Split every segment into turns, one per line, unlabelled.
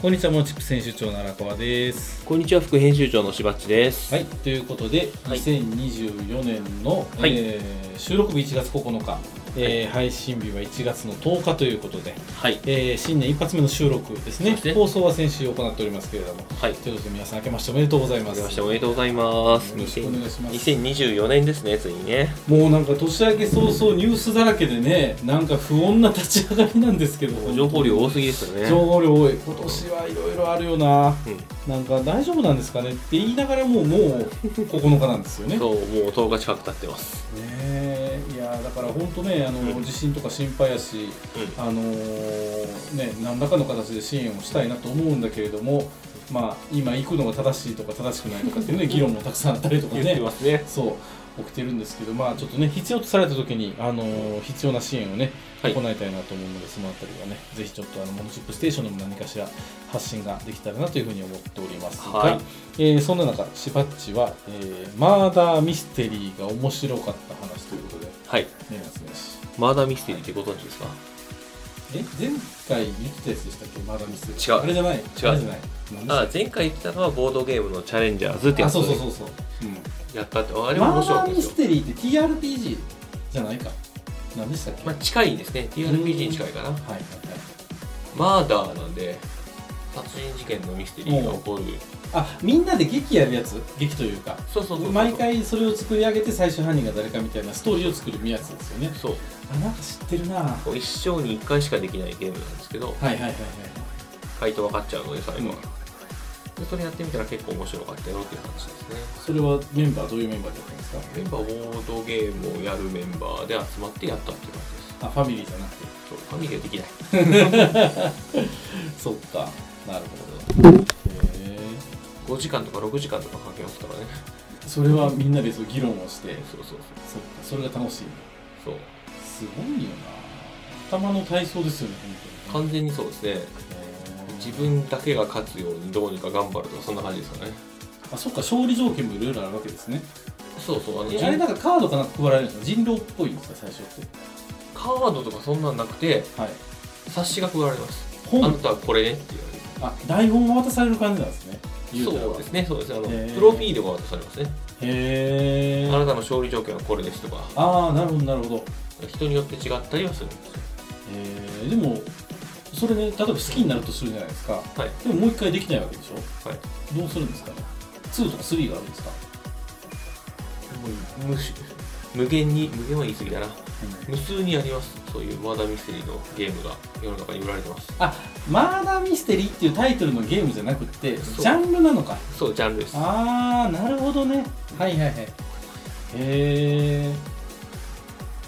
こんにちはモチップ選手長奈良川です
こんにちは副編集長のしばっちです。
はいということで、
はい
2024年の、
はい
えー収録日1月9日、えー配信日は1月の10日ということで、
はい
えー新年一発目の収録ですね
そうですね
放送は先週行っておりますけれども
はい。
ということで皆さん明けましておめでとうございま
あ
す
けましておめでとうございます。
よろしくお願いします
2024年ですねついにね。
もうなんか年明け早々ニュースだらけでねなんか不穏な立ち上がりなんですけど
情報量多すぎですよね。
情報量多い今年はいろいろあるよな
うん
なんか大丈夫なんですかねって言いながらもうもう9日なんですよね。ね
そうもう10日近く経ってます。
えいやーだから本当ねあの、
うん
地震とか心配やし、
う
あのーね何らかの形で支援をしたいなと思うんだけれども、まあ今行くのが正しいとか正しくないとかっていうね議論もたくさんあったりとか
言って
ね。
ますね。
そう起きてるんですけど、まあちょっとね必要とされた時にあのー必要な支援をね、
はい
行いたいなと思うので、そのあたりはねぜひちょっとあのモノチップステーションでも何かしら発信ができたらなというふうに思っておりますが、
はい
えーそんな中しばっちは、えーマーダーミステリーが面白かった話ということで
はい。
年末年始
マーダーミステリーってご存知ですか。
え前回言ってたやつでしたっけマーダーミステリー
違う
あれじゃない違うあれじゃない
あ前回言ってたのはボードゲームのチャレンジャーズって
あ
やつ
そうそう
を
そうそう、うん
やったってあ
あ
れも面白
マ
か
ーダー
ったで
ミ
す
ス
よ。
テリーって TRPG じゃないか何でしたっけ、
まあ近いですね。TRPG に近いかな。
はいはい
マーダーなんで殺人事件のミステリーが起こる。
はい、あみんなで劇やるやつ劇というか
そうそうそうそう。
毎。回それを作り上げて最終犯人が誰かみたいなストーリーを作るやつですよね
そう。
あなんか知ってるなは
こう一生に一回しかできないゲームなんですけど。
いはいはいはい
回答分かっちゃうので最後は、
うん
でそれやってみたら結構面白かったよっていう話ですね
それはメンバーどういうメンバーでやったんですか
メンバーボードゲームをやるメンバーで集まってやったっていう感じです
あファミリーじゃなくて
そうファミリーはできない
そっかなるほどへえ
5時間とか6時間とかかけますからね
それはみんなでそう議論をして
そう
そ
そう
っかそれが楽しい
そうそう
すごいよな頭の体操ですよね本
完全にそうです
当
ね
にへえ
自分だけが勝つようにどうにか頑張るとかそんな感じですよね
あそっか勝利条件もいろいろあるわけですね
そうそうあの
え
人
あれなんかカードかなんか配られるんですか人狼っぽいんですか最初って
カードとかそんなんなくて
はい
冊子が配られますあな
本
たはこれねって言われる
あ台本が渡される感じなんですね言たら
そうですねそうですねあの
へー
プロフィールが渡されますね
へ
あ
え
なたの勝利条件はこれですとか
ああなるほどなるほどへ
人によって違ったりはするんですよ
えでもそれね例えば好きになるとするじゃないですか
はい
でももう一回できないわけでしょ
はい
どうするんですかね2とか3があるんですか、
無視無限に無限は言い過ぎだな無数にありますそういうマーダーミステリーのゲームが世の中に売られてます
あマーダーミステリーっていうタイトルのゲームじゃなくってジ
そう
ャンルなのか
そうジャンルです
ああなるほどねはいはいはいへえ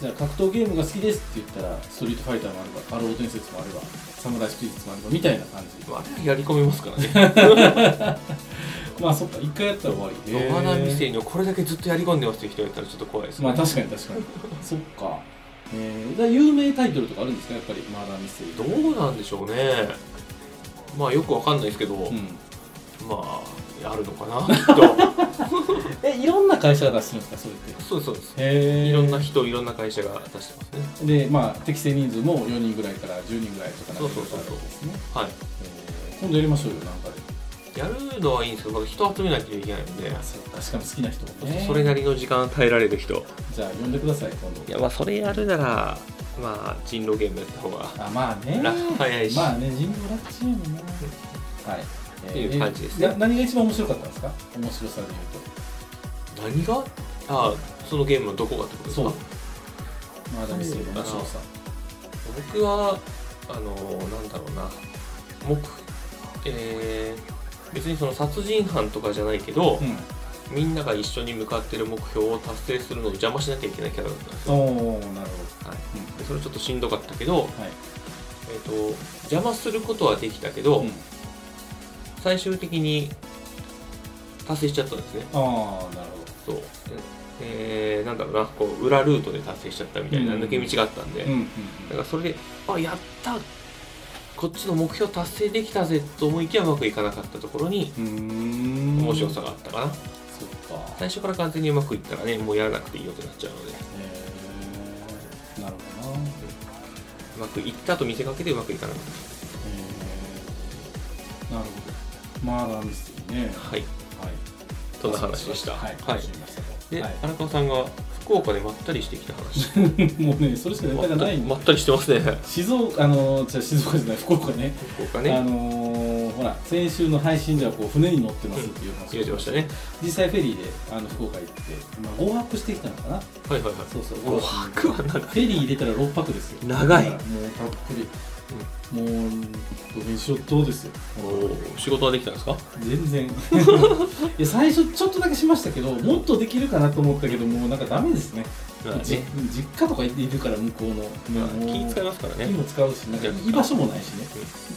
じゃあ格闘ゲームが好きですって言ったらストリートファイターもあればハロー伝説もあればサムライスピリッツもあればみたいな感じ
あれはやり込みますからね
まあそっか一回やったら終わり
マーダーミステリーのこれだけずっとやり込んでますっていう人がいたらちょっと怖いですね、
まあ確かに確 かにそっかえー、じゃあ有名タイトルとかあるんですかやっぱりマーダーミステリー
どうなんでしょうねまあよくわかんないですけど、
うん、
まああるのかなきっと
えいろんな会社が出してるんですかそれって
そうですそうです
へ
いろんな人いろんな会社が出してますね
でまあ適正人数も4人ぐらいから10人ぐらいとかな
そ
ん
う
か
そうそう
あるんですね
はい
えー今度やりましょうよなんかで
やるのはいいんですけどまだ人集めないといけないんで
そう確かに好きな人もね
それなりの時間耐えられる人
じゃあ呼んでください今度
いやまあそれやるならまあ人狼ゲームやった方が
あまあね
ラフ早いし
まあね人狼ラッチーもなはい
っていう感じですね
えーな何が一番面白かったんですか面白さで言う
何があそのゲームのどこがってこ
と
とです
そう
か
まだ見せる面白さ
僕はあのなんだろうな目えー別にその殺人犯とかじゃないけど
う、ん
みんなが一緒に向かってる目標を達成するのを邪魔しなきゃいけないキャラだったんですよ、
おおなるほ
はい、
ど
でそれちょっとしんどかったけど、
はい
えー、と邪魔することはできたけど、
うん、うん、
最終的に達成しちゃったんですね
ああなるほ
そう、えー、なんだろうな、こう裏ルートで達成しちゃったみたいな
うん
抜け道があったんで、
どうんうん
だからそれで、あやった、こっちの目標達成できたぜと思いきやうまくいかなかったところに、
うんうーん
面白さがあったかな、
そっかへ
最初から完全にうまくいったらね、もうやらなくていいよってなっちゃうので、
えなるほどなへ
うまくいったと見せかけてうまくいかなかっ
えなるほどまあなんですよね
はい
はい
そんな話でした
はい、
はい
楽しみましたと
で、
はい
荒川さんが福岡でまったりしてきた話
もうねそれしかネタが ないんで
まったりしてま すね
静岡あのじゃあ静岡じゃない福岡ね
福岡
あ
ね
のーほら先週の配信ではこう船に乗ってますっていう話
言えてましたね
実際フェリーであの福岡行って、まあ、5泊してきたのかな
はいはいはい
そうそう
5泊は長い
フェリー入れたら6泊ですよ
長い
だからもうたっぷり、もうどげんしろどうですよ
お仕事はできたんですか
全然 いや最初ちょっとだけしましたけどもっとできるかなと思ったけどもうなんかダメですね
まあ
じ
ね、
実家とかいるから向こうの、
まあ、
もう
気使いますから
気
ね
も使うしなんか
いや
居場所もないしね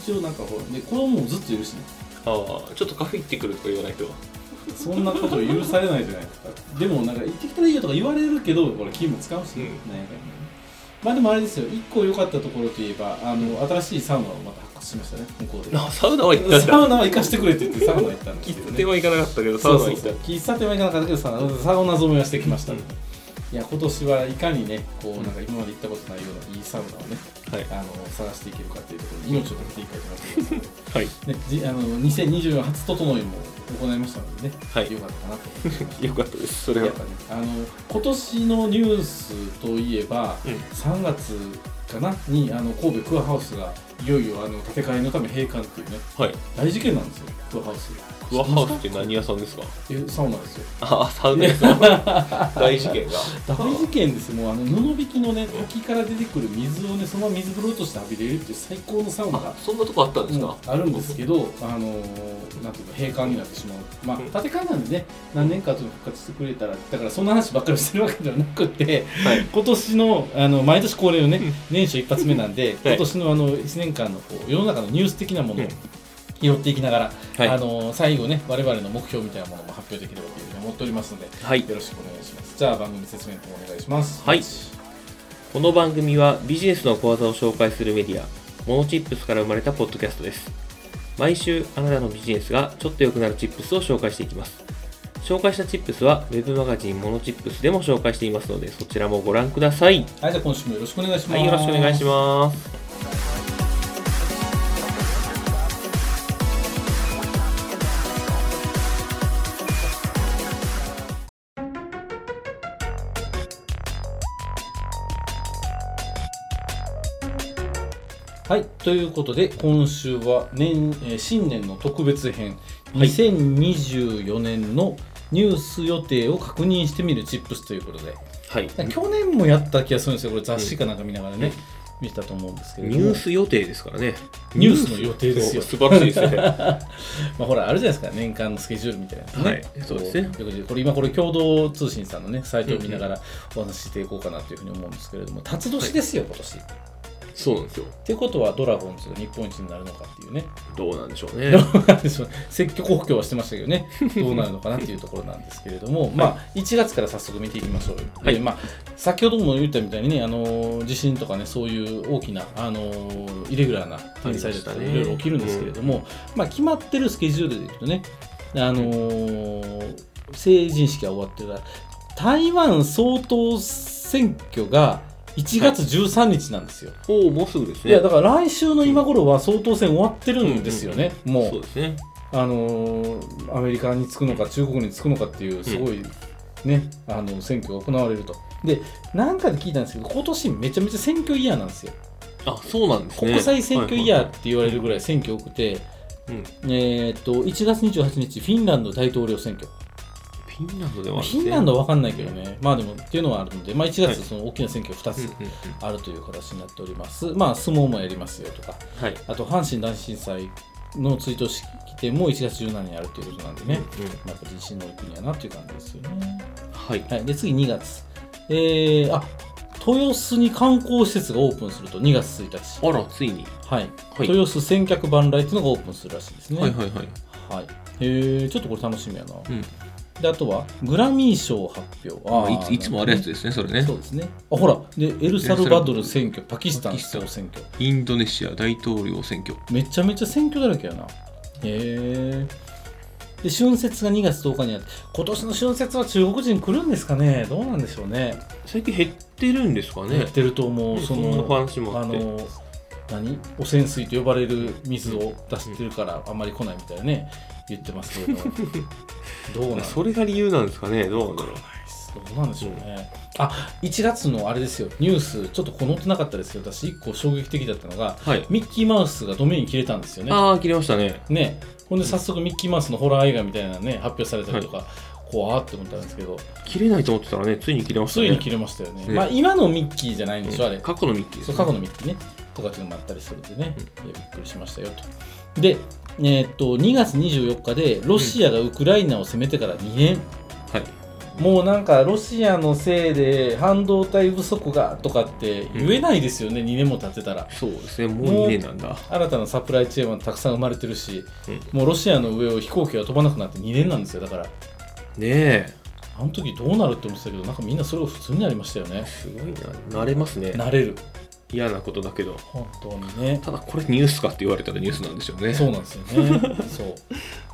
一応なんかほらで子供もずっといるしね
ああちょっとカフェ行ってくるとか言わないと
そんなこと許されないじゃないですか。でもなんか行ってきたらいいよとか言われるけど、これ金も使うし、ね
う
なんかねまあでもあれですよ、一個良かったところといえば、あの新しいサウナをまた発掘しましたね、向こうで。
あサウナは行ったん
サ
だ
ウナは行かしてくれって言ってサウナ行ったんですけどね
喫茶店。は行かなかったけどサ
そ
ウ
う
ナは
そう
行った
そ
ん
う
だ
喫茶店は行かなかったけどサウナサウナ染めはしてきました、
うん
いや今年はいかにねこうなんか今まで行ったことないようないいサウナをね
はい
あの探していけるかっていうところに命を懸けていきたいかなと思いますので
はい
ね、じあの2024初整いも行いましたのでね、
はい
よかったかなと思います。
よかったですそれ
や
は
っぱね、あの今年のニュースといえば、
うん
3月かなにあの神戸クアハウスがいよいよあの建て替えのため閉館っていうね
はい
大事件なんですよクアハウス
クアハウスって何屋さんですか
えサウナですよ
ああサウナ屋さん 大事件が
大事件ですよもうあの布引きのね滝から出てくる水をねそのまま水風呂として浴びれるっていう最高のサウナが
あそんなとこあったんですか、
うんあるんですけど、あのーなんていうか閉館になってしまう、まあ、
うん
建て替えなんでね、何年か後に復活してくれたら、だからそんな話ばっかりしてるわけではなくて、
はい
今年のあの毎年恒例のね、
うん
年初一発目なんで、
は
今
い
年のあの1年間のこう世の中のニュース的なものを
うん
拾っていきながら、
はい
あのー最後ね、我々の目標みたいなものも発表できればというふうに思っておりますので、
はい
よろしくお願いします。じゃあ、番組説明の方お願いします。
はいこの番組はビジネスの小技を紹介するメディア、モノチップスから生まれたポッドキャストです。毎週あなたのビジネスがちょっと良くなるチップスを紹介していきます。紹介したチップスは Web マガジンモノチップスでも紹介していますのでそちらもご覧ください。
はい、じゃあ今週もよろしくお願いします。
はい、よろしくお願いします。
はい、ということで今週は年、えー新年の特別編、
はい
2024年のニュース予定を確認してみるチップスということで
はい。
去年もやった気がするんですよこれ雑誌かなんか見ながらね、見てたと思うんですけれど
ニ
も
ュース予定ですからね。
ニュースの予定ですよ
そう素晴らしいですね。 は
まあ、ほらあるじゃないですか年間のスケジュールみたいなの
はいそうですね
こうよくこれ今これ共同通信さんのねサイトを見ながらお話ししていこうかなというふうに思うんですけれども辰年ですよ今年、っ
そうなんですよ。
てことはドラゴンズが日本一になるのかっていうね
どうなんでしょうね。
どうなんでしょう 積極補強はしてましたけど ね、どうなるのかなっていうところなんですけれども、まあ、1月から早速見ていきましょうよ、
はい
でまあ、先ほども言ったみたいにね、あのー地震とかね、そういう大きな、あのーイレギュラーな天災だった
あ
り、
りまし
い
たね
ろいろ起きるんですけれども、まあ、決まってるスケジュールでいくとね、あのー成人式が終わってから、台湾総統選挙が1月13日なんですよ。
おお、もうすぐで
い、
すね。
やだから来週の今頃は総統選終わってるんですよね、もう
そうですね。
あのーアメリカに着くのか中国に着くのかっていうすごい、ねあの選挙が行われるとでなんかで聞いたんですけど今年めちゃめちゃ選挙イヤーなんですよ
あ、そうなんですね。
国際選挙イヤー
は
って言われるぐらい選挙多くて、
いはいうん。
えーっと1月28日フィンランド大統領選挙
フィンランドで
フ
はあるんですね
ィンランドは分かんないけどねまあでもっていうのはあるので、まあ、1
はい
月その大きな選挙2
うん
つ
うんうん
あるという形になっております、まあ相撲もやりますよとか
はい。
あと阪神大震災の追悼式典も1月17日にあるということなんでね、
うんうん
まあやっぱ地震の国やなっていう感じですよね。
はい。
はい、で次2月、えー、あ豊洲に観光施設がオープンすると2月1日、
あら、ついに。
はい
はい
豊洲千客万来っていうのがオープンするらしいですね。
はいはいはい。
はいえー、ちょっとこれ楽しみやな。
うん。
であとはグラミー賞発表。
ま
あ
あ、
ー
いついつもあるやつですね、それね
そ。うですね。あほらでエルサルバドル選挙、パキスタン総選挙。
インドネシア大統領選挙。
めちゃめちゃ選挙だらけやな。へえ。で春節が2月10日にあって今年の春節は中国人来るんですかねどうなんでしょうね
最近減ってるんですか
や
ね
っ。てると思う、
ね
そ
そんな
の
話も
あ
あって。
の何汚染水と呼ばれる水を出してるからあんまり来ないみたいなね言ってますけれ どもどうなん
それが理由なんですかねどうなんだろう
どうなんでしょうね、あ1月のあれですよニュースちょっとこう載ってなかったですけど私1個衝撃的だったのが
はい
ミッキーマウスがドメイン切れたんですよね
ああ切れましたね
ねほんで早速ミッキーマウスのホラー映画みたいなのね発表されたりとか、怖ーって思ったんですけど
切れないと思ってたらねついに切れました
つ
ね
いに切れましたよね、
ね
まあ今のミッキーじゃないんでしょ、あれ
過去のミッキーです
そう
ね
過去のミッキーねとかっていうのもあったりするんでね、いやびっくりしましたよとでえーっと2月24日でロシアがウクライナを攻めてから2年、
はい
もうなんかロシアのせいで半導体不足がとかって言えないですよね、2年も経ってたら
そうですねもう2年なんだ
新たなサプライチェーンはたくさん生まれてるし、
うん
もうロシアの上を飛行機が飛ばなくなって2年なんですよだから
ねえ
あの時どうなるって思ってたけどなんかみんなそれを普通になりましたよね
すごいな慣れますね
なれる
嫌なことだけど
本当にね
ただこれニュースかって言われたらニュースなんでしょうね
そうなんですよ ねそう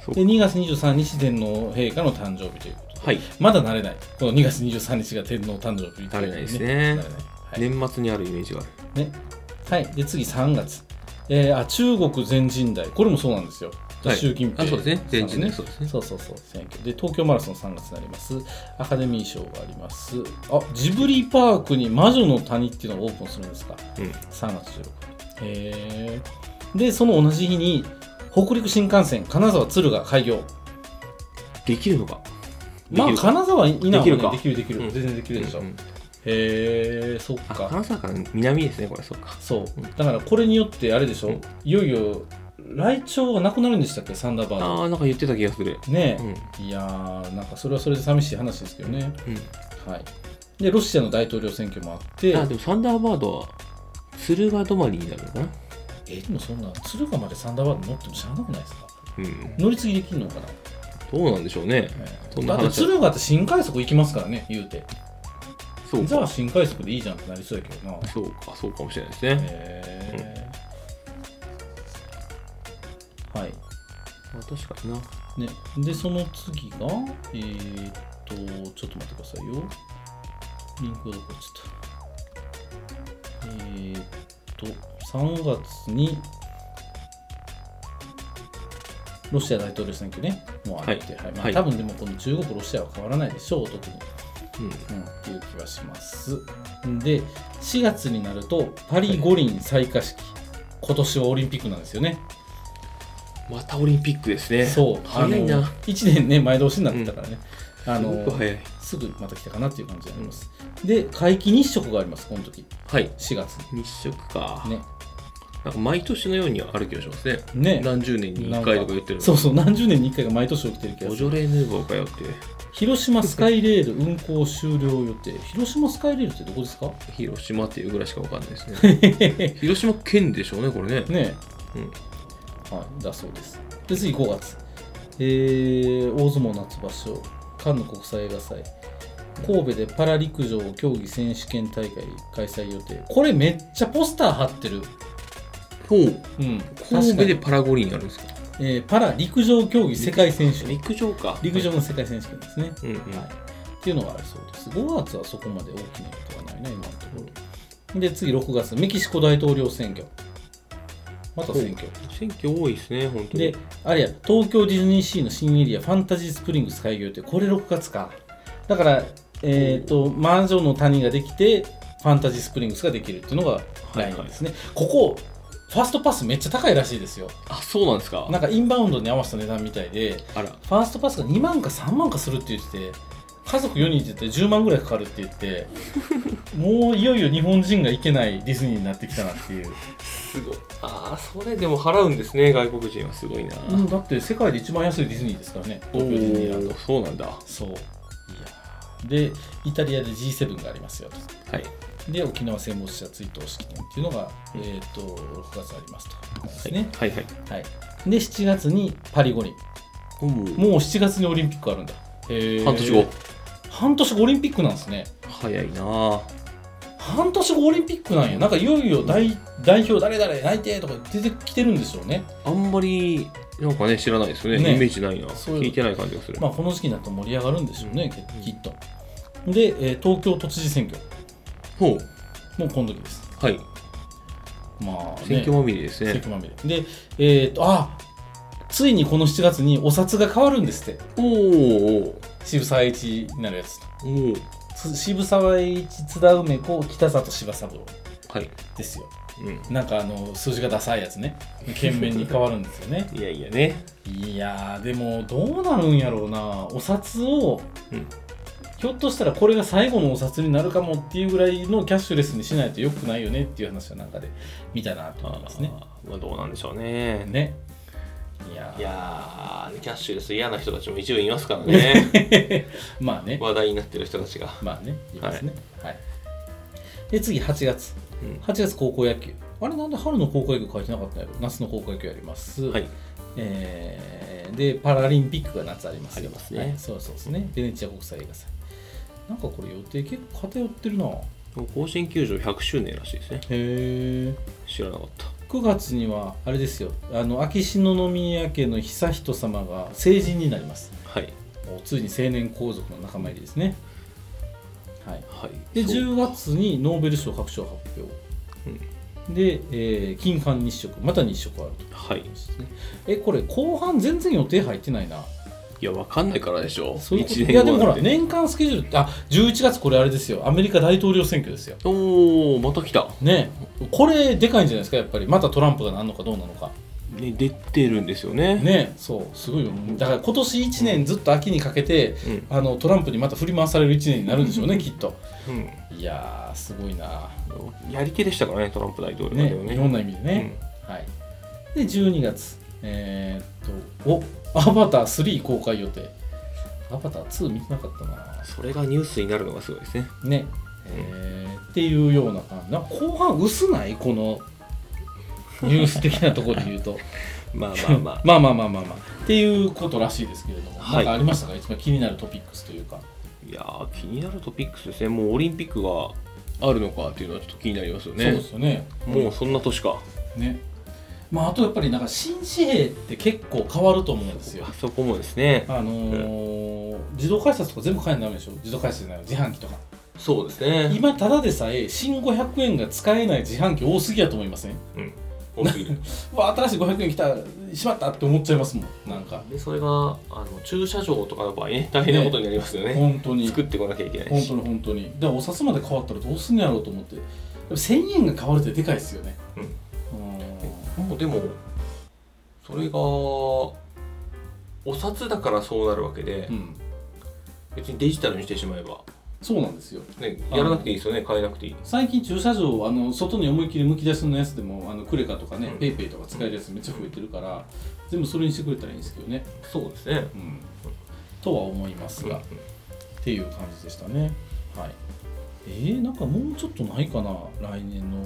そう
で2月23日天皇陛下の誕生日ということで
はい
まだ慣れないこの2月23日が天皇誕生日とう
慣れないですね
慣れないはい、
年末にあるイメージがある
ねはい、で次3月、えーあ中国全人代これもそうなんですよ、
はい
習近平
あそうですね全人代
さんの
そうですね
そうそうそう選挙で東京マラソン3月になりますアカデミー賞がありますあジブリパークに魔女の谷っていうのがオープンするんですか
うん
3月16日へーでその同じ日に北陸新幹線金沢敦賀開業
できるのか
まあ
できるか
金沢いなはね
できるか
できるできる、
うん
全然できるでしょ、
う
へ
ん
えそっ
あ
か
金沢から南ですねこれそうか
そう
うん
だからこれによってあれでしょ、
うん
いよいよ来庁がなくなるんでしたっけサンダーバー
あ
ド
あなんか言ってた気がする
ね
う
え、
ん
いやーなんかそれはそれで寂しい話ですけどね
うん
はいでロシアの大統領選挙もあって
あでもサンダーバードは鶴ヶ止まりになるのかな
えでもそんな敦賀までサンダーバード乗っても知らなくないですか
うん
乗り継ぎできるのかな、
どうなんでしょうねそん
だ
な
って
話は
敦賀って新快速行きますからね言うて
そう
じゃ
か
あ新快速でいいじゃんってなりそうやけどなへ
そうかそうかもしれないですね
えはい
まあ確かにな
ね、で、その次が、えー、っと、ちょっと待ってくださいよ。リンクがどこ行っちゃった。えー、っと、3月に、ロシア大統領選挙ね、もうあって、はいまあ
はい
多分でもこの中国、ロシアは変わらないでしょう、特に、
うん
うん、っていう気がします。で、4月になると、パリ五輪採火式、今年はオリンピックなんですよね。
またオリンピックですね
そう、
早いな
1年ね、前倒しになってたからね、あ
すごく
の
早い
すぐまた来たかなっていう感じになります。で、皆既日食があります、この時
はい
4月
日食か
に。ね。
なんか毎年のようにある気がしますね
ね
何十年に1回とか言ってる
そう
の
そう、何十年に1回が毎年起きてる気が
ボ
す
ジ
る。
ョレ・ヌーボーかよって
広島スカイレール運行終了予定。広島スカイレールってどこですか
広島っていうぐらいしかわかんないですね
ね
広島県でしょうねこれねうん
はい、だそうです。で、次5月。えー、大相撲夏場所、カンヌ国際映画祭、神戸でパラ陸上競技選手権大会開催予定。これめっちゃポスター貼ってる。
ほう
うん、
神戸で
確か
パラ五輪になるんですか
に、えーパラ陸上競技世界選手権。
陸上か
陸上の世界選手権ですね。
うんうん
はい、っていうのがあるそうです。5月はそこまで大きなことはないな、今のところ。で、次6月、メキシコ大統領選挙。また選挙。
選挙多いですね本当に
で、あれや、東京ディズニーシーの新エリア、ファンタジースプリングス開業って、これ6月か。だから、えっ、と、魔女の谷ができて、ファンタジースプリングスができるっていうのが来年ですね。ここ、ファーストパスめっちゃ高いらしいですよ。
あそうなんですか
なんかインバウンドに合わせた値段みたいで、
あら
ファーストパスが2万か3万かするって言ってて家族4人って言って10万ぐらいかかるって言って もういよいよ日本人が行けないディズニーになってきたなっていう、
すごいああそれでも払うんですね外国人はすごいな
うん、だって世界で一番安いディズニーですからね
お
東京ディズニーランド
ーそうなんだは
そういやーでイタリアで G7 がありますよと
い
で沖縄戦没者追悼式典っていうのが、えー、と6月ありますとですね、
はいはい
はいで7月にパリ五輪
も
もう7月にオリンピックあるんだへ
う
ー
半年後
半年後オリンピックなんですね
早いなあ
半年後オリンピックなんやなんかいよいよ代代表誰々内定とか出てきてるんでしょうね
あんまりなんかね知らないですよね
ね
イメージないな
そういう
聞いてない感じがする、
まあこの時期になると盛り上がるんでしょうね、き
うん
きっとで、えー東京都知事選挙
ほう
もう今時です
はい
まあ、ね、
選挙まみれです
選
ね
挙まみれでえっとあついにこの7月にお札が変わるんですって
おー
渋沢栄一になるやつと
おーおー
つ渋沢栄一津田梅子北里柴三郎
はい、
ですよ
うん、
なんかあの数字がダサいやつね懸命に変わるんですよ ね
いやいやね
いやーでもどうなるんやろうなお札を、
うん
ひょっとしたらこれが最後のお札になるかもっていうぐらいのキャッシュレスにしないとよくないよねっていう話をなんかで見たなと思いますね
あーまあ、どうなんでしょうね
ねいやー
いやーキャッシュレス嫌な人たちも一部いますから ね
まあね
話題になってる人たちが、
まあねいますねはい、で次8月
うん
8月高校野球あれなんで春の高校野球書いてなかったんやろ夏の高校野球やります、
はい
えーでパラリンピックが夏ありますよ
ありますね
はいそうそうですねベネチア国際映画祭なんかこれ予定結構偏ってるなへ
甲子園球場100周年らしいですね
え
知らなかった
9月にはあれですよあの秋篠宮家の悠仁さまが成人になります
はい
もうついに成年皇族の仲間入りですねはい
はい
で
そ
10
う
月にノーベル賞各賞発表、で、えー金環日食また日食あると
はい
えこれ後半全然予定入ってないない
やわかんないからでしょ
そういうこと
一
いやでもほ
な
ら
んて
年間スケジュールってあ11月これあれですよアメリカ大統領選挙ですよ
おおまた来た
ねこれでかいんじゃないですかやっぱりまたトランプがなんのかどうなのか
ね出てるんですよね
ねそうすごいよだから今年1年ずっと秋にかけてあのトランプにまた振り回される1年になるんでしょうねきっと
うん、
いやーすごいな
うん、やり手でしたからねトランプ大統領が
ね
でもね
いろんな意味でね、はい、で12月、えーっとおアバター3公開予定アバター2見てなかった
うん、
な
それがニュースになるのがすごいですね
ね、えーっていうような感じなんか後半薄ないこのニュース的なところで言うと
まあ まあ
ま
まあ
あまあまあまあまあっていうことらしいですけれども、
はい
なんかありましたか一番気になるトピックスというか
いやー気になるトピックスですねもうオリンピックがあるのかっていうのはちょっと気になりますよ
そう
ね
ですよね
もうそんな年か
ねまああとやっぱりなんか新紙幣って結構変わると思うん ですよ
あそこもですね
あのー自動改札とか全部買えないでしょ自動改札じゃない自販機とか
そうですね
今ただでさえ新500円が使えない自販機多すぎやと思いません
うん多すぎる
うわ新しい500円来たしまったって思っちゃいますもんなんか
でそれがあの駐車場とかの場合ね大変なことになりますよね
本当に
作
本
ってこなきゃいけな
当
い
に
し、
本当にでお札まで変わったらどうすんのやろうと思ってやっぱ1000円が変わるってでかいですよねう
うん、もうでもそれがお札だからそうなるわけで、
ん、うん、
別にデジタルにしてしまえば、
そうなんですよ
ね、やらなくていいですよね変えなくていい
最近駐車場あの外に思いっきりむき出しのやつでもあのクレカとかね、
うん
ペイペイとか使えるやつめっちゃ増えてるから全部それにしてくれたらいいんですけどね
そうですね
うんとは思いますが、っていう感じでしたね。はい、えー、なんかもうちょっとないかな来年の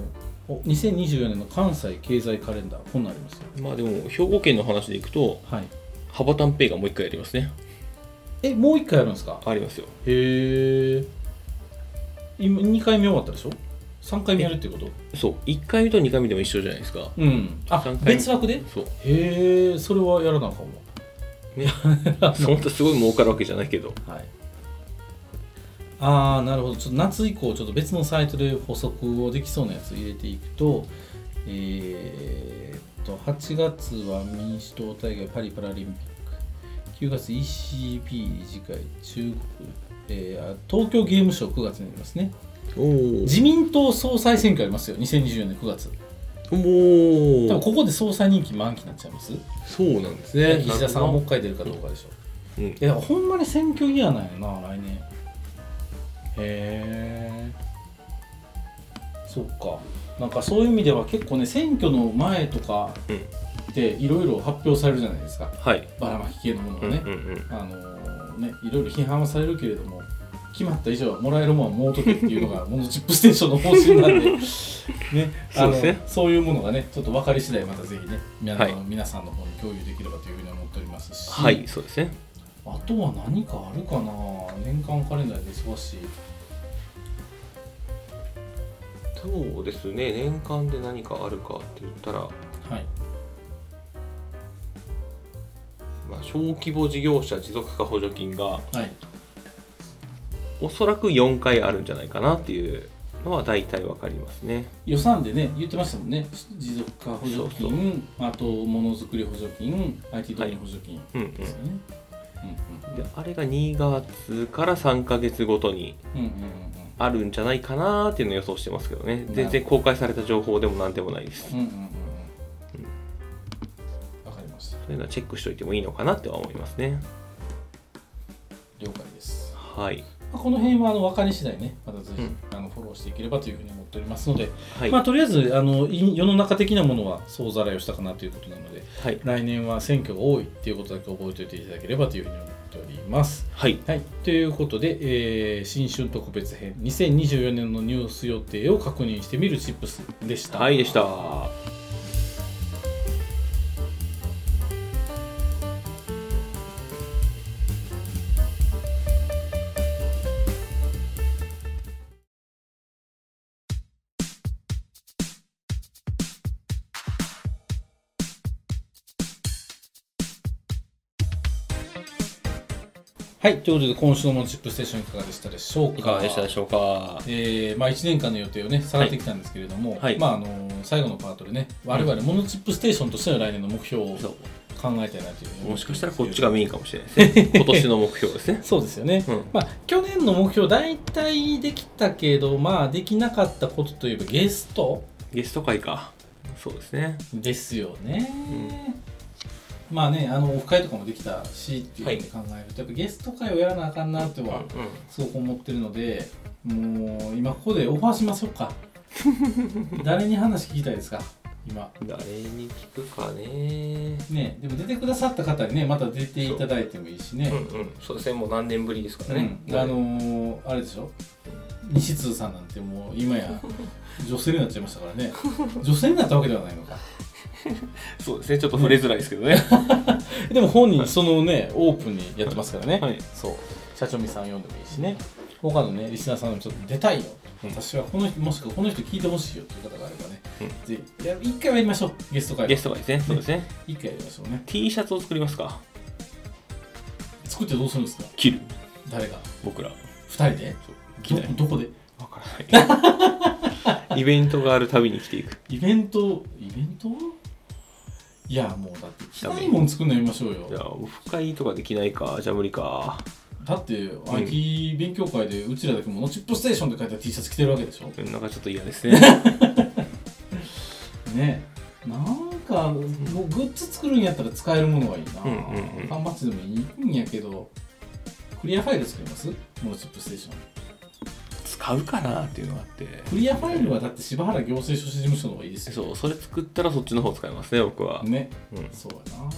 お2024年の関西経済カレンダーこんなんありますよ。
まあでも兵庫県の話でいくと
はい、
羽ばたんペイがもう一回やりますね
えもう一回やるんですか
ありますよ
へえ今2回目終わったでしょ3回目やるってこと
そう1回目と2回目でも一緒じゃないですか
うんあ
三回目
別枠で
そう
へえそれはやらなあかん
ねそんなすごい儲かるわけじゃないけど
わはいああなるほどちょっと夏以降ちょっと別のサイトで補足をできそうなやつ入れていくとえーっと8月は民主党大会パリパラリンピック9月 ECB 理事会中国、えーあ東京ゲームショウ9月になりますね
おお
自民党総裁選挙ありますよ2024年9月多分
おお
ここで総裁人気満期になっちゃいます
そうなんですね
岸田さんはもう一回出るかどうかでしょう
うん
いやだからほんまに選挙嫌なんやな来年へえそっかなんかそういう意味では結構ね選挙の前とかっていろいろ発表されるじゃないですか
はい
ばらまき系のもの
う
が
ん
ね、
うん
あのーねいろいろ批判はされるけれども決まった以上はもらえるもんはもうとけっていうのがモノチップステーションの方針なん でねあ
そう
の
ですね
そういうものがねちょっと分かり次第またぜひね皆,、
はい
皆さんの方に共有できればというふうに思っておりますし、
はいそうですね
あとは何かあるかな年間カレンダーで忙しい
そうですね年間で何かあるかって言ったら、
はい
まあ、小規模事業者持続化補助金が
はい
おそらく4回あるんじゃないかなっていうのは大体わかりますね。
予算でね言ってましたもんね持続化補助金
そう
あとものづくり補助金 IT 導入補助金
うんうん。
ですよね、うんうん
で、あれが2月から3ヶ月ごとに
うんうんうん
あるんじゃないかなーっていうのを予想してますけどね。
ど
全然公開された情報でもなんでもないです。
うんうんうんうんうんわかりました
そういうのはチェックしておいてもいいのかなっては思いますね。
了解です、
はい。
まあ、この辺はあの分かり次第ねまたぜひ、
うん
あのフォローしていければというふうに思っておりますので、
はい。
まあとりあえずあのい世の中的なものは総ざらいをしたかなということなので
はい。
来年は選挙が多いっていうことだけ覚えておいていただければというふうに思っております
はい。
はい、ということで、えー新春特別編2024年のニュース予定を確認してみるチップスでした。
はい、でした。は
はい、ということで今週のチップステーションいかがでしたでしょう
い
か。
かがでしたでしょうか。は
えーまあ、1年間の予定をね探ってきたんですけれども、
はい
まああの最後のパートでね我々モノチップステーションとしての来年の目標を
そ
考えたいなというふうに
うもしかしたらこっち
が
がメインかもしれない ですね。今年の目標ですね。
そうですよね、
うん
まあ、去年の目標大体できたけどまあできなかったことといえばゲスト
ゲスト会か。そうですね。
ですよね、まあねあのオフ会とかもできたしっていうふうに考えると、やっぱゲスト会をやらなあかんなって
うんう
は
ん
すごく思ってるのでもう今ここでオファーしましょう か誰に話聞きたいですか今
誰に聞くかね。
ねでも出てくださった方にねまた出ていただいてもいいしね
うんうん。そうですね。もう何年ぶりですか
う
らね
ん。あのーあれでしょ西通さんなんてもう今 や女性になっちゃいましたからね女性になったわけではないのか
そうですね。ちょっと触れづらいですけどね。
でも本人そのねオープンにやってますからね、
はい。
そう社長みさん呼んでもいいしね他のねリスナーさんでもちょっと出たいよ、
うん
私はこの人もしくはこの人聞いてほしいよという方があればね、
うん
ぜひいや一回はやりましょうゲスト会
ゲスト会ですね。そうですね。
一回やりましょうね
T シャツを作りますか。
作ってどうするんですか
切る。
誰が
僕ら。
二人で
着
ど
ない
どこで
わからない。イベントがあるたびに着ていく。
イベントイベントいやもうだって着ないもん作るのやりましょう
じゃ
よ
あ、オフ会とかできないか。じゃあ無理か。
だって IT 勉強会でうちらだけモノチップステーションって書いた T シャツ着てるわけでしょ
うんなんかちょっと嫌ですね。
ねなんかもうグッズ作るんやったら使えるものがいいな、
うんうんうん
缶バッジでもいいんやけどクリアファイル作りますモノチップステーション
使うかなっていうのがあって。
クリアファイルはだって柴原行政書士事務所の方がいいですよ
そう、それ作ったらそっちの方使いますね、僕は。
ね
うん。
そうやな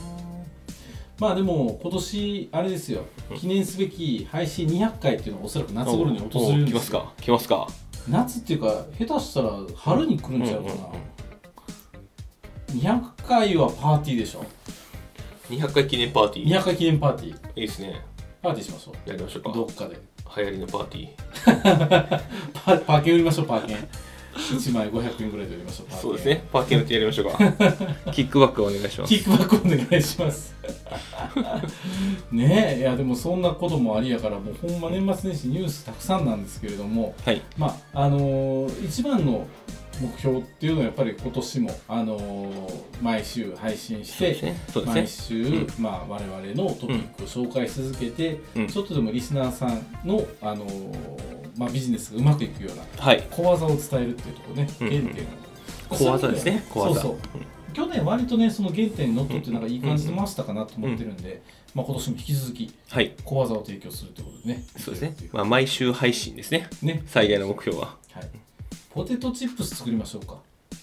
まあでも今年あれですよ
うん
記念すべき配信200回っていうのがおそらく夏頃に訪れるん
お来
で
ますす
よ
か。来ますか。
夏っていうか下手したら春に来るんちゃうかな、200回はパーティーでしょ
200回記念パーティー。
200回記念パーティー
いいですね。
パーティーしましょう
やりましょうか。
どっかで
流行りのパーティー。
パパーケン売りましょうパーケン1枚500円ぐらいで売りましょうパーケン
そうですね。パーティーの手やりましょう か。キックバックお願いしま
キ
す。
ックバックお願いします ねえいやでもそんなこともありやからもうほんま年末年始ニュースたくさんなんですけれども
はい。
まああのー一番の目標っていうのはやっぱり今年も、あのー毎週配信し
そうで
て
すね。そうです
毎
ね。
週、
うん
まあ、我々のトピックを紹介し続けて、
うん
ちょっとでもリスナーさんの、あのーまあ、ビジネスがうまくいくような
はい。
小技を伝えるっていうところね、
うん
原点を
小技ですね。小
そ
技。
うそう去年割とねその原点にのっとってなんかいい感じで回したかなと思ってるんで、まあ、今年も引き続き
はい。
小技を提供するってことでね
そうですね。まあ、毎週配信ですね。
ね、
最大の目標は。
はい、ポテトチップス作りましょうか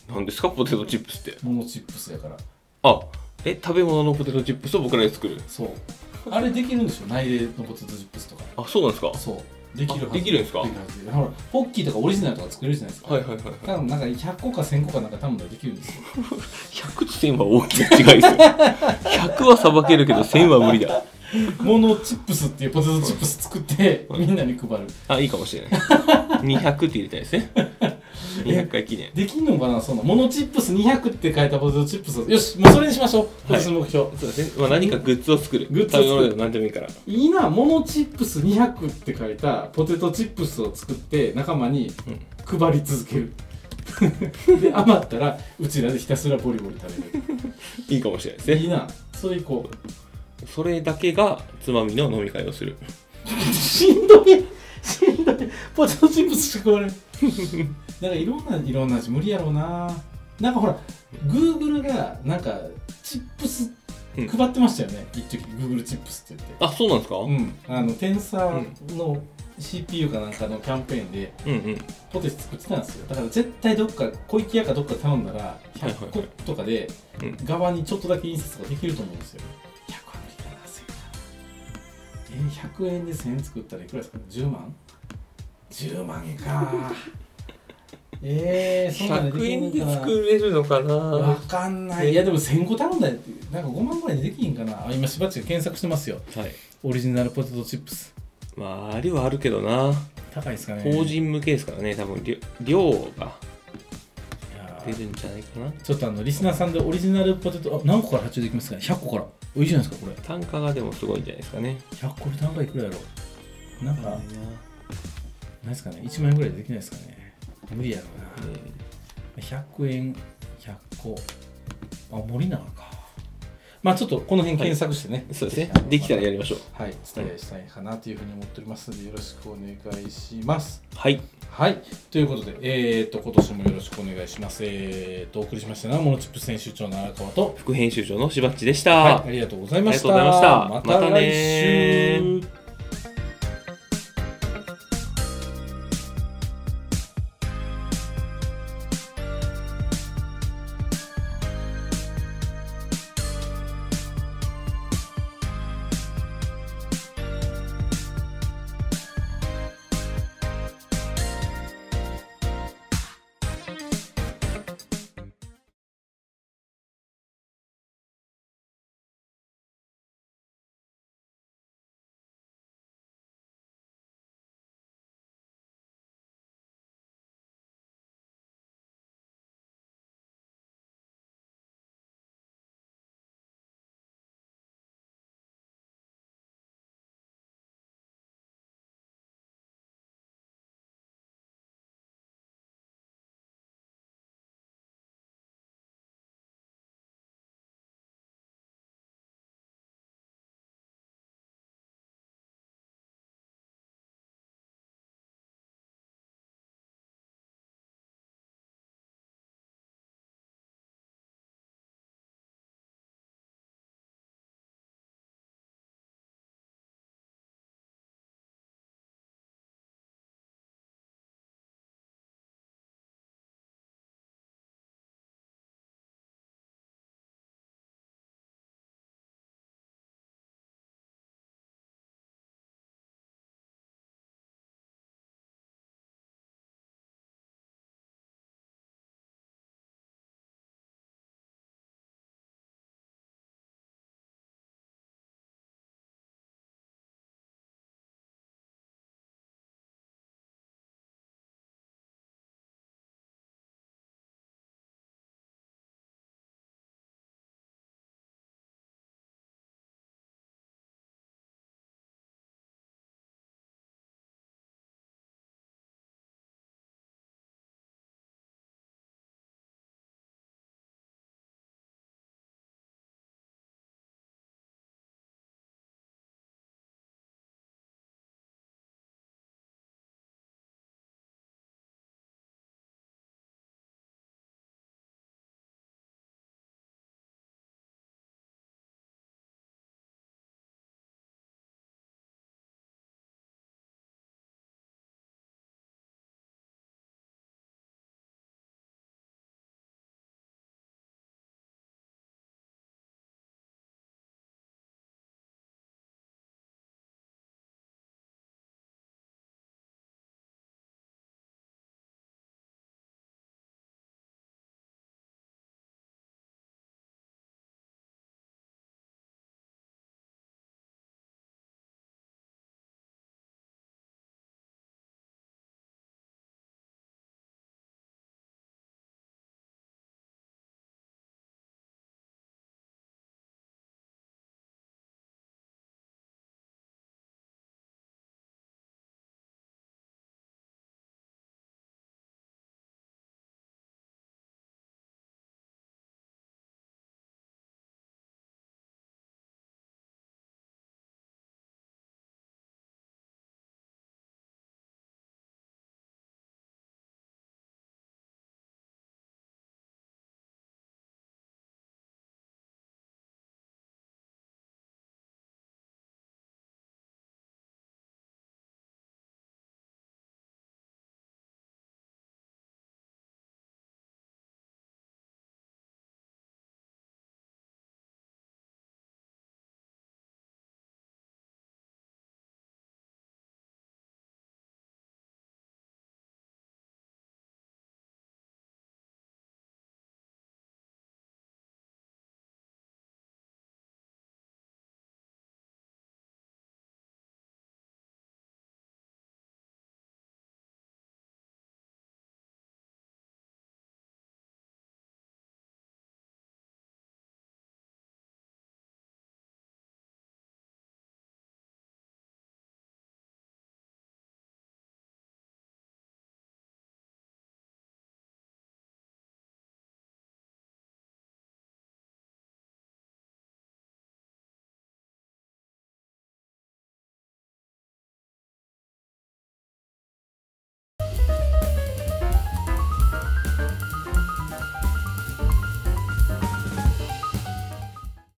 何ですか、ポテトチップスって。
モノチップスやから
あ、え、食べ物のポテトチップスを僕らで作る。
そうあれできるんでしょ内例のポテトチップスとか
あ、そうなんですか。
そうできるはず
あできるんですか
できはずほらポッキーとかオリジナルとか作れるじゃないですか
はいはいはいはい。
多分なんか100個か1000個かなんか多分できるんですよ
100と1000は大きな違 いですよ。100はさばけるけど1000は無理だ。
モノチップスっていうポテトチップス作って
はい
みんなに配る
あ、いいかもしれない。200って入れたいですね。200回記念。
できんのかなそのモノチップス200って書いたポテトチップスよしもうそれにしましょう今年の目標、
そうですね。まあ、何かグッズを作る。
グッズを作る
食べ物でも何でもいいから。
いいなモノチップス200って書いたポテトチップスを作って仲間に
うん
配り続ける で余ったらうちらでひたすらボリボリ食べる
いいかもしれないで
い
すね
いなそれいこう
それだけがつまみの飲み会をする
しんどいしんどいポテトチップスしか食われんなんかいろんないろんな味無理やろうななんかほら Google がなんかチップス
うん
配ってましたよね、一時 Google チップスって言って
あそうなんですか、うん、
うん、あのテンサーの CPU かなんかのキャンペーンで
うん
ポテチ作ってたんですよだから絶対どっか小池屋かどっか頼んだら
いはい
100個とかで
うん
側にちょっとだけ印刷ができると思うんですよ100は無理だな1000円えー100円で1000円作ったらいくらですか10万 ?10 万か えー、そんなので
100
きん
円
の
で
かな
作れるのか
わ
な
かんないいやでも1000個頼んだよってなんか5万ぐらいでできんかなあ今しばっちが検索してますよ
はい
オリジナルポテトチップス
まあありはあるけどな
高いですかね
法人向けですからね多分りょ量が
いや
出
ー
るんじゃないかな
ちょっとあのリスナーさんでオリジナルポテトあ何個から発注できますかね100個からおいいじゃないですかこれ
単価がでもすごいんじゃないですかね
100個で単価いくらやろうなんか
は
ない
なね
いですかね1万円ぐらいでできないですかね無理やろうな100円100個あ森永かまあちょっとこの辺検索してね、
そうですねできたらやりましょう
はいお伝えしたいかなというふうに思っておりますのでよろしくお願いします
はい
はいということでえー、っと今年もよろしくお願いしますえー、っとお送りしましたのはモノチップ選手長の荒川と
副編集長のしばっちでした、
はい、ありがとうございました。
ありがとうございました
また
また
来
ね
週。